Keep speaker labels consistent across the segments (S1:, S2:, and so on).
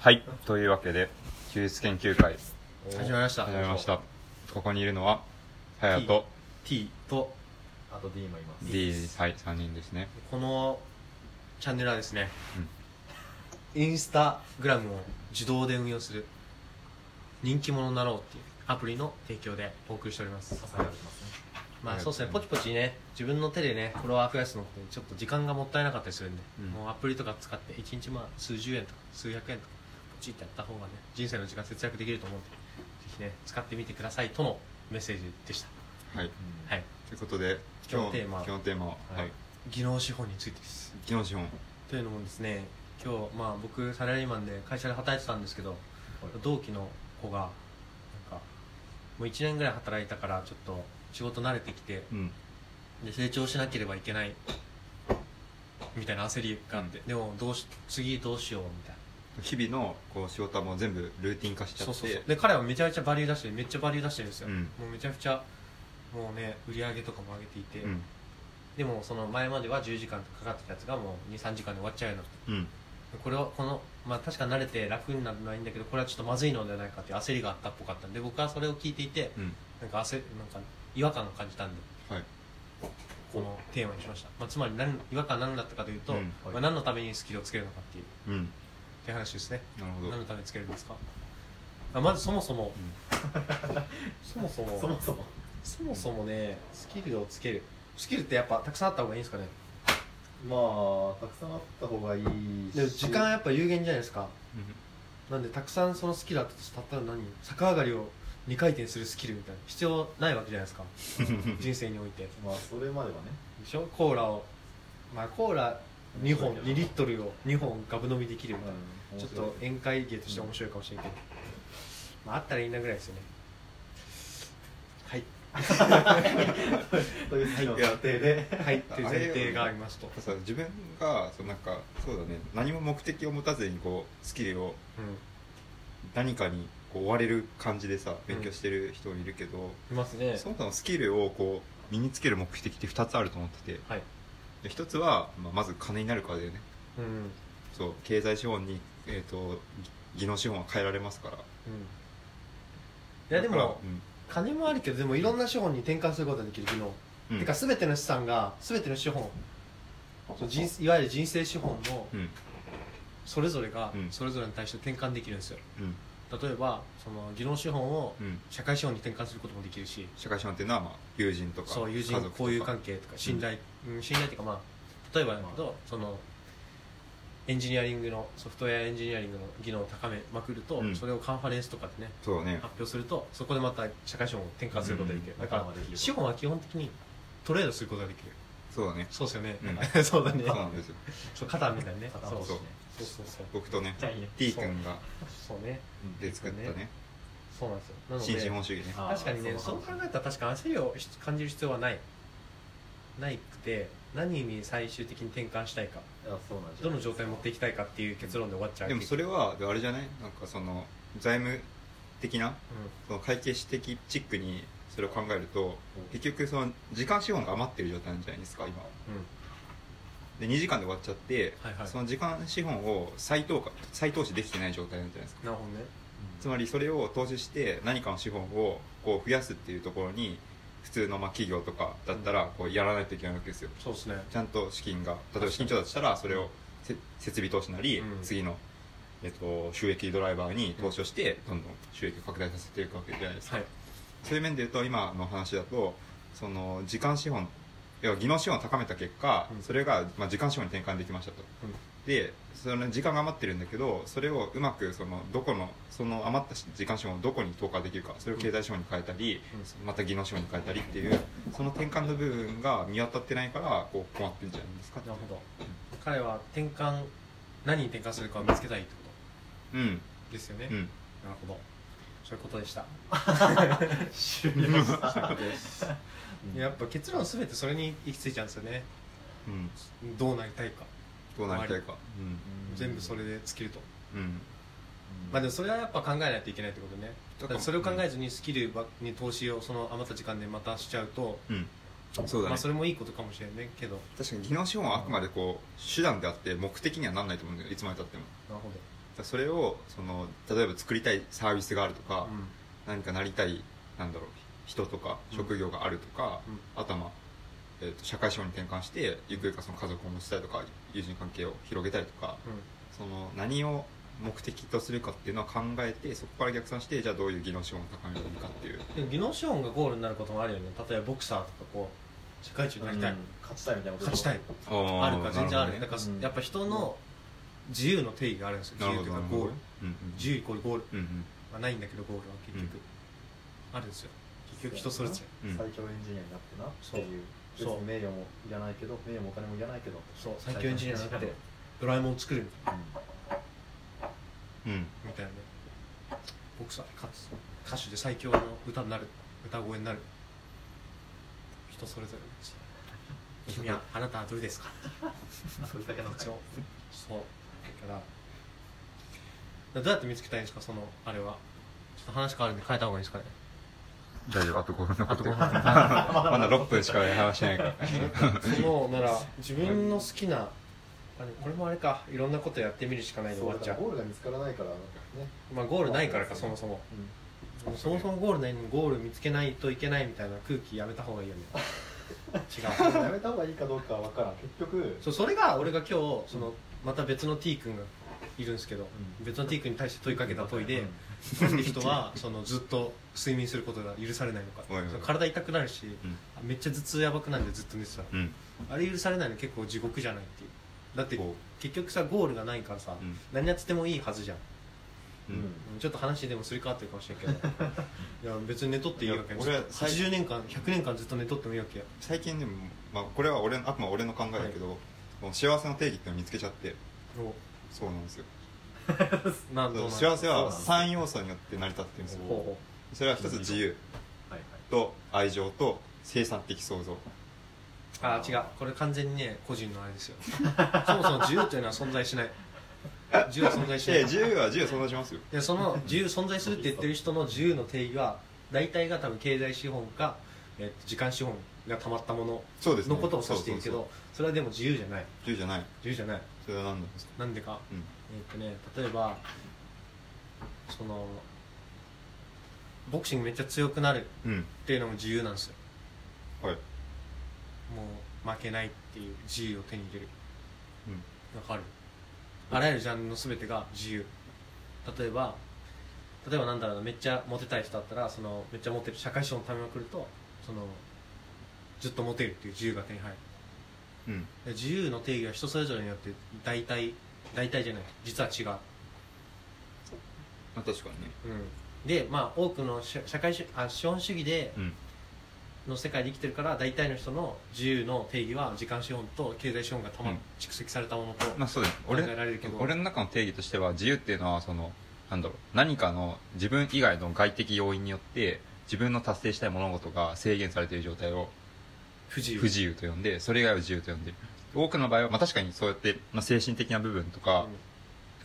S1: はい、というわけで、休日研究会、
S2: 始まりました
S1: 始めました。ここにいるのは、はやと
S2: T と
S3: あと D もいます
S1: D、はい、3人ですね。
S2: このチャンネルはですね
S1: うん、
S2: インスタグラムを自動で運用する人気者になろうっていうアプリの提供でお送りしております
S3: 支えられてますね
S2: ま
S1: はい
S2: あそうですねポチポチね自分の手でねフォロワー増やすのってちょっと時間がもったいなかったりするんで、
S1: うん
S2: もうアプリとか使って1日まあ数十円とか数百円とかポチってやった方がね人生の時間節約できると思うんでぜひね使ってみてくださいとのメッセージでした
S1: はい。
S3: うん
S2: はい
S1: ということで、
S2: 今日のテーマ
S1: 今日のテーマは、
S2: は
S1: はいい、
S2: 技能資本についてです
S1: 技能資本。
S2: というのもですね今日、まあ、僕サラリーマンで会社で働いてたんですけど同期の子がなんかもう1年ぐらい働いたからちょっと仕事慣れてきて
S1: うん。
S2: で成長しなければいけないみたいな焦りがあって、
S1: う
S2: でもどうし次どうしようみたいな
S1: 日々のこう仕事はもう全部ルーティン化しちゃ
S2: そう
S1: って、
S2: そうそうで彼はめちゃめちゃバリュー出してるめっちゃバリュー出してるんですよ、
S1: うん
S2: もうめちゃくちゃもうね売り上げとかも上げていて、
S1: うん。
S2: でもその前までは10時間かかってたやつがもう23時間で終わっちゃうようになって
S1: うん。
S2: これはこの、まあ、確か慣れて楽になるのはいいんだけどこれはちょっとまずいのではないかっていう焦りがあったっぽかったんで僕はそれを聞いていて
S1: うん。
S2: なんか焦なんか違和感を感じたんで
S1: はい。
S2: このテーマにしました、まあ、つまり何違和感は何だったかというと、
S1: うん
S3: はい
S2: まあ、何のためにスキルをつけるのかっていう
S1: うん。
S2: って話ですね
S1: なるほど。
S2: 何
S1: うん
S2: のためにつけるんですかあまずそもそも そもそも
S3: そもそも
S2: そもそもねスキルをつけるスキルってやっぱたくさんあった方がいいんですかね
S3: まあたくさんあった方がいいし
S2: でも時間やっぱ有限じゃないですかなんでたくさんそのスキルあったとしたったら何逆上がりを2回転するスキルみたいな必要ないわけじゃないですか人生においてで
S3: まあそれまではね
S2: しょコーラをまあコーラ2本2リットルを2本ガブ飲みできるみたいな、
S3: うん
S2: ちょっと宴会芸として面白いかもしれんけど、まあ、あったらいいなぐらいですよねはい
S3: というスキルの過程で
S2: はいという前提がありますと
S1: やっぱさ自分がそうなんかそうだね何も目的を持たずにこうスキルを
S2: う
S1: 何かにこう追われる感じでさ勉強してる人いるけど、
S2: んいますね
S1: そもそもスキルをこう身につける目的って2つあると思ってて
S2: はい
S1: で1つは、まあ、まず金になるかだよね
S2: うんうん
S1: そう経済資本に、えー、とぎ技能資本は変えられますからい
S2: いやでも
S1: うん
S2: 金もあるけどでもいろんな資本に転換することができる技能
S1: うん、
S2: てか全ての資産が全ての資本その人いわゆる人生資本の
S1: うん
S2: それぞれが
S1: うん
S2: それぞれに対して転換できるんですよ
S1: うん
S2: 例えばその技能資本を
S1: うん
S2: 社会資本に転換することもできるし
S1: 社会資本っていうのは、まあ、友人とか
S2: そう友人
S1: 家族とか
S2: 交友関係とか信頼、うん、信頼っていうかまあ例えばだけど、そのエンジニアリングのソフトウェアエンジニアリングの技能を高めまくると、
S1: うん
S2: それをカンファレンスとかでね
S1: そうだね
S2: 発表するとそこでまた社会資本を転換することができる、
S3: うん
S2: だから
S3: 仲間ができる
S2: 資本は基本的にトレードすることができる
S1: そうだね
S2: そうですよね、
S1: う
S2: そうだね
S1: そうなんですよ
S2: そう肩みたいなね
S3: 片
S2: そ
S3: 方
S2: う
S3: ね
S2: そうそうそう
S1: 僕とね
S3: じゃあいいね
S1: T 君が
S2: そうね
S1: で作ったね
S2: そうなんですよなので
S1: 新資本主義ね
S3: あ
S2: 確かにねそう考えたら確かに焦りを感じる必要はないないくて何に最終的に転換したいか
S3: いやそうなんじゃ
S2: ど
S3: ない
S2: の状態に持っていきたいかっていう結論で終わっちゃう
S1: でもそれはあれじゃないなんかその財務的なその会計士的チックにそれを考えると結局その時間資本が余ってる状態なんじゃないですか今
S2: うん、うん、
S1: で2時間で終わっちゃって、
S2: はいはい
S1: その時間資本を再投下再投資できてない状態なんじゃないですか
S2: なるほどね
S1: つ まりそれを投資して何かの資本をこう増やすっていうところに普通のまあ企業とかだったらこうやらないといけないわけですよ
S2: そうですね
S1: ちゃんと資金が例えば資金調達したらそれをせ設備投資なり、
S2: うん
S1: 次の、えっと、収益ドライバーに投資をして、どんどん収益を拡大させていくわけじゃないですか、
S2: はい
S1: そういう面で言うと今の話だとその時間資本要は技能資本を高めた結果、
S2: うん
S1: それが、まあ、時間資本に転換できましたと、
S2: うん
S1: でその時間が余ってるんだけどそれをうまくそのどこのその余った時間資本をどこに投下できるかそれを経済資本に変えたり、また技能資本に変えたりっていうその転換の部分が見渡ってないからこう困ってるんじゃないですか
S2: なるほど彼は転換何に転換するかを見つけたいってこ
S1: うん
S2: とですよね、
S1: う
S2: なる
S1: ん
S2: ほどそういうことでした
S3: 終了した
S2: やっぱ結論全てそれに行き着いちゃうんですよね
S1: うん
S2: どうなりたいか
S1: どうなりたいか
S2: 全部それで尽きると
S1: うんうん
S2: まあでもそれはやっぱ考えないといけないってことね
S1: だか
S2: だかららそれを考えずにスキルばに投資をその余った時間でまたしちゃうと、
S1: うんそうだね
S2: まあそれもいいことかもしれないけど
S1: 確かに技能資本はあくまでこう手段であって目的にはなんないと思うんだよいつまでたっても
S2: なるほど
S1: らそれをその例えば作りたいサービスがあるとか、
S2: うん
S1: 何かなりたいなんだろう人とか
S2: うん
S1: 職業があるとか、
S2: うん
S1: あとは、まあえーと社会資本に転換してゆくゆくはその家族を持ちたいとか友人関係を広げたいとかその何を目的とするかっていうのは考えてそこから逆算してじゃあどういう技能資本を高めていくかっていう
S2: うんでも技能資本がゴールになることもあるよね例えばボクサーとかこう世界一になりたい、
S3: うん勝ちたいみたいなこと
S2: 勝ちたいあるから全然あるだから
S3: うん
S2: やっぱ人の自由の定義があるんですよ
S1: な
S2: 自
S1: る
S2: 由
S1: ほどな
S2: というか
S1: るほ
S2: ゴー
S1: ど
S2: ル
S1: うんうん
S2: 自由イコールゴール
S1: うんうん
S2: はないんだけどゴールは結局、あるんですよ結局人それぞれ
S1: うん
S3: 最強エンジニアになってなっていう別
S2: そう
S3: に名誉もいらないけど名誉もお金もいらないけど
S2: そう最強エンジニアになってドラえもんを作
S1: う
S2: る
S1: ん
S2: みたいなねボクサーで勝つ歌手で最強の歌になる歌声になる人それぞれです君はあなたはどれですか
S3: それだけの
S2: 一応そうだからどうやって見つけたいんですかそのあれはちょっと話変わるんで変えた方がいいですかね
S1: 大丈夫あと5分残
S2: あ
S1: っ
S2: と
S1: てる
S2: 5
S1: ま
S2: 分
S1: だ6分しか話してないから
S2: そのなら自分の好きなあれこれもあれかいろんなことやってみるしかないで終わっちゃ
S3: そうだからゴ
S2: う
S3: ールが見つからないからね
S2: まあゴールないからかそもそも
S3: う
S2: そもそもゴールないのにゴール見つけないといけないみたいな空気やめた方がいい よね違うん
S3: やめた方がいいかどうかは分からん結局
S2: そうそれが俺が今日そのまた別の T 君がいるんですけど、
S3: ん
S2: 別の T 君に対して問いかけた問いで、
S3: うん
S2: なんで人はそのずっと睡眠することが許されないのか
S1: おいおいおい
S2: その体痛くなるし、
S1: うん
S2: めっちゃ頭痛やばくなるんでずっと寝てた、
S1: うん
S2: あれ許されないの結構地獄じゃないっていうだって
S1: こ
S2: 結局さゴールがないからさ、
S1: うん
S2: 何やっててもいいはずじゃん
S1: う
S3: う
S1: うんん
S2: ちょっと話でもすり替わってるかもしれんけ どいや別に寝とっていいわけ
S1: いや俺は最
S2: 80年間100年間ずっと寝とってもいいわけよ
S1: 最近でも、まあ、これは俺のあくまで俺の考えだけど、もう幸せの定義っていうのを見つけちゃってそうなんですよ
S2: などうなん
S1: 幸せは
S3: そう
S1: 3要素によって成り立ってるんですよ
S2: ほうほ
S1: それは一つ自由
S3: はいはい
S1: と愛情と生産的創造
S2: うあー違うこれ完全にね個人のあれで すよそもそも自由というのは存在しない自由は存在しない
S1: で自由は自由存在しますよ
S2: いやその自由存在するって言ってる人の自由の定義は大体が多分経済資本か、えっと時間資本がたまったもの
S1: そうですね
S2: のことを指しているけ
S1: そう
S2: どそれはでも自由じゃない
S1: そうそう自由じゃない
S2: 自由じゃない
S1: それは何なんですか
S2: なんでか
S1: うん
S2: えっとね例えばそのボクシングめっちゃ強くなる
S1: うん
S2: っていうのも自由なんですよ
S1: はい、
S2: もう負けないっていう自由を手に入れる
S1: うん、
S2: わかるあらゆるジャンルの全てが自由例えば例えばなんだろうなめっちゃモテたい人だったらそのめっちゃモテる社会資本を貯めまくるとそのずっとモテるっていう自由が手に入る
S1: うん
S2: で自由の定義は人それぞれによって大体大体じゃない実は違う
S1: まあ、確かにね
S2: うんでまあ多くの社社会主あ資本主義で
S1: うん
S2: の世界で生きてるから大体の人の自由の定義は時間資本と経済資本がたま、
S1: うん
S2: 蓄積されたものと、
S1: まあそうです俺
S2: 考えられるけど
S1: 俺の中の定義としては自由っていうのはそのなんだろう何かの自分以外の外的要因によって自分の達成したい物事が制限されている状態を
S2: 不自由
S1: 不自由と呼んでそれ以外を自由と呼んでる多くの場合は、まあ、確かにそうやって、まあ、精神的な部分とか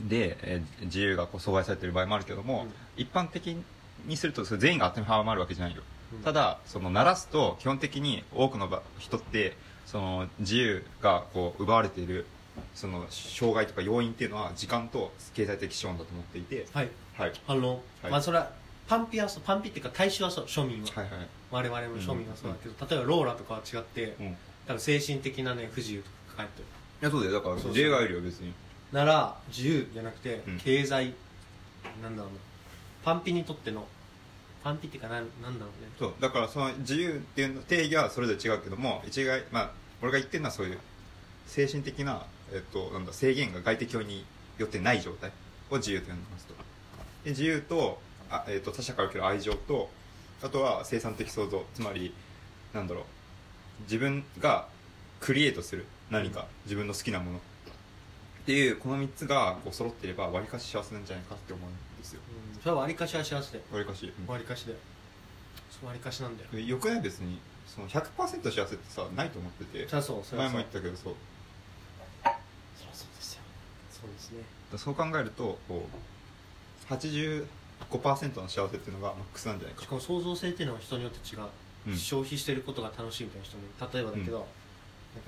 S1: で、えー自由がこう阻害されている場合もあるけども、
S2: うん
S1: 一般的にするとそれ全員が当てはまるわけじゃないよ
S2: うん
S1: ただその鳴らすと基本的に多くのば人ってその自由がこう奪われているその障害とか要因っていうのは時間と経済的資本だと思っていて、
S2: はい
S1: はい、
S2: 反論、
S1: はい
S2: まあそれはパンピはそうパンピっていうか大衆はそう庶民
S1: は
S2: は、
S1: いはい
S2: 我々も庶民はそうだけど、例えばローラとかは違って、
S1: うんい
S2: 多分精神的なね不自由とか書いてる
S1: やそうだよだから
S2: そうそう
S1: 自由がいるよ別に
S2: なら自由じゃなくて、
S1: うん
S2: 経済なんだろうなパンピにとってのパンピっていうかなんなんだろうね
S1: そうだからその自由っていう定義はそれぞれ違うけども一概まあ俺が言ってるのはそういう精神的な、えっと、なんだ制限が外的要因によってない状態を自由と呼んでますとで自由とあ、えっと他者から受ける愛情とあとは生産的創造つまりなんだろう自分がクリエイトする何か自分の好きなものっていうこの3つがこう揃っていればわりかし幸せなんじゃないかって思うんですよ
S2: うんそれは割りかしは幸せで
S1: わりかし、うん
S2: 割りかしだよそう割りかしなんだよ
S1: よくない別にその100%幸せってさないと思ってて
S2: そりゃそうそり
S1: 前
S2: ゃ
S1: も
S2: そう
S1: 言ったけどそう
S2: そりゃそうですよそうですね
S1: だそう考えるとこう85%の幸せっていうのがマックスなんじゃない
S2: し
S1: か
S2: かも創造性っていうのは人によって違う、
S1: うん
S2: 消費してることが楽しいみたいな人もいる例えばだけど、なんか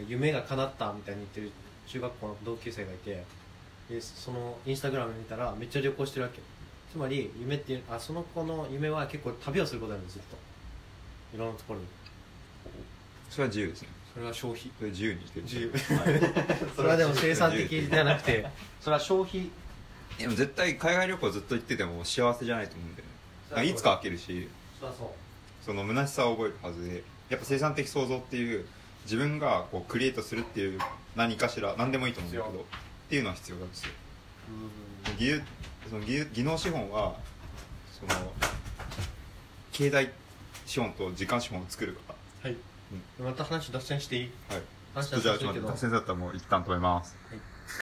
S2: 夢が叶ったみたいに言ってる中学校の同級生がいてでそのインスタグラム見たらめっちゃ旅行してるわけつまり夢っていうあその子の夢は結構旅をすることなんですずっといろんなところに
S1: それは自由ですね
S2: それは消費
S1: それ自由にしてる
S2: 自由 そ
S3: そ
S2: れ
S3: れ
S2: は
S3: は
S2: で
S3: で
S2: も
S3: も
S2: 生
S3: 生
S2: 産
S1: 産
S2: 的
S1: 的
S2: じ
S1: じ
S2: ゃ
S1: ゃ
S2: な
S1: な
S2: くてそれは消費
S1: でも絶対海外旅行ずっと行ってても幸せじゃないと思うんだよねなんかいつか飽きるし
S2: そうそう
S1: その虚しさを覚えるはずでやっぱ生産的創造っていう自分がこうクリエイトするっていう何かしら何でもいいと思うんだけどっていうのは必要だし技術その技術技能資本はその経済資本と時間資本を作るか
S2: はい、また話脱線していい
S1: らはい
S2: 話
S1: ちょっとじゃあちょ
S2: 脱線し
S1: ってと待
S2: るけど
S1: って脱線だったらもう一旦止めます
S2: はい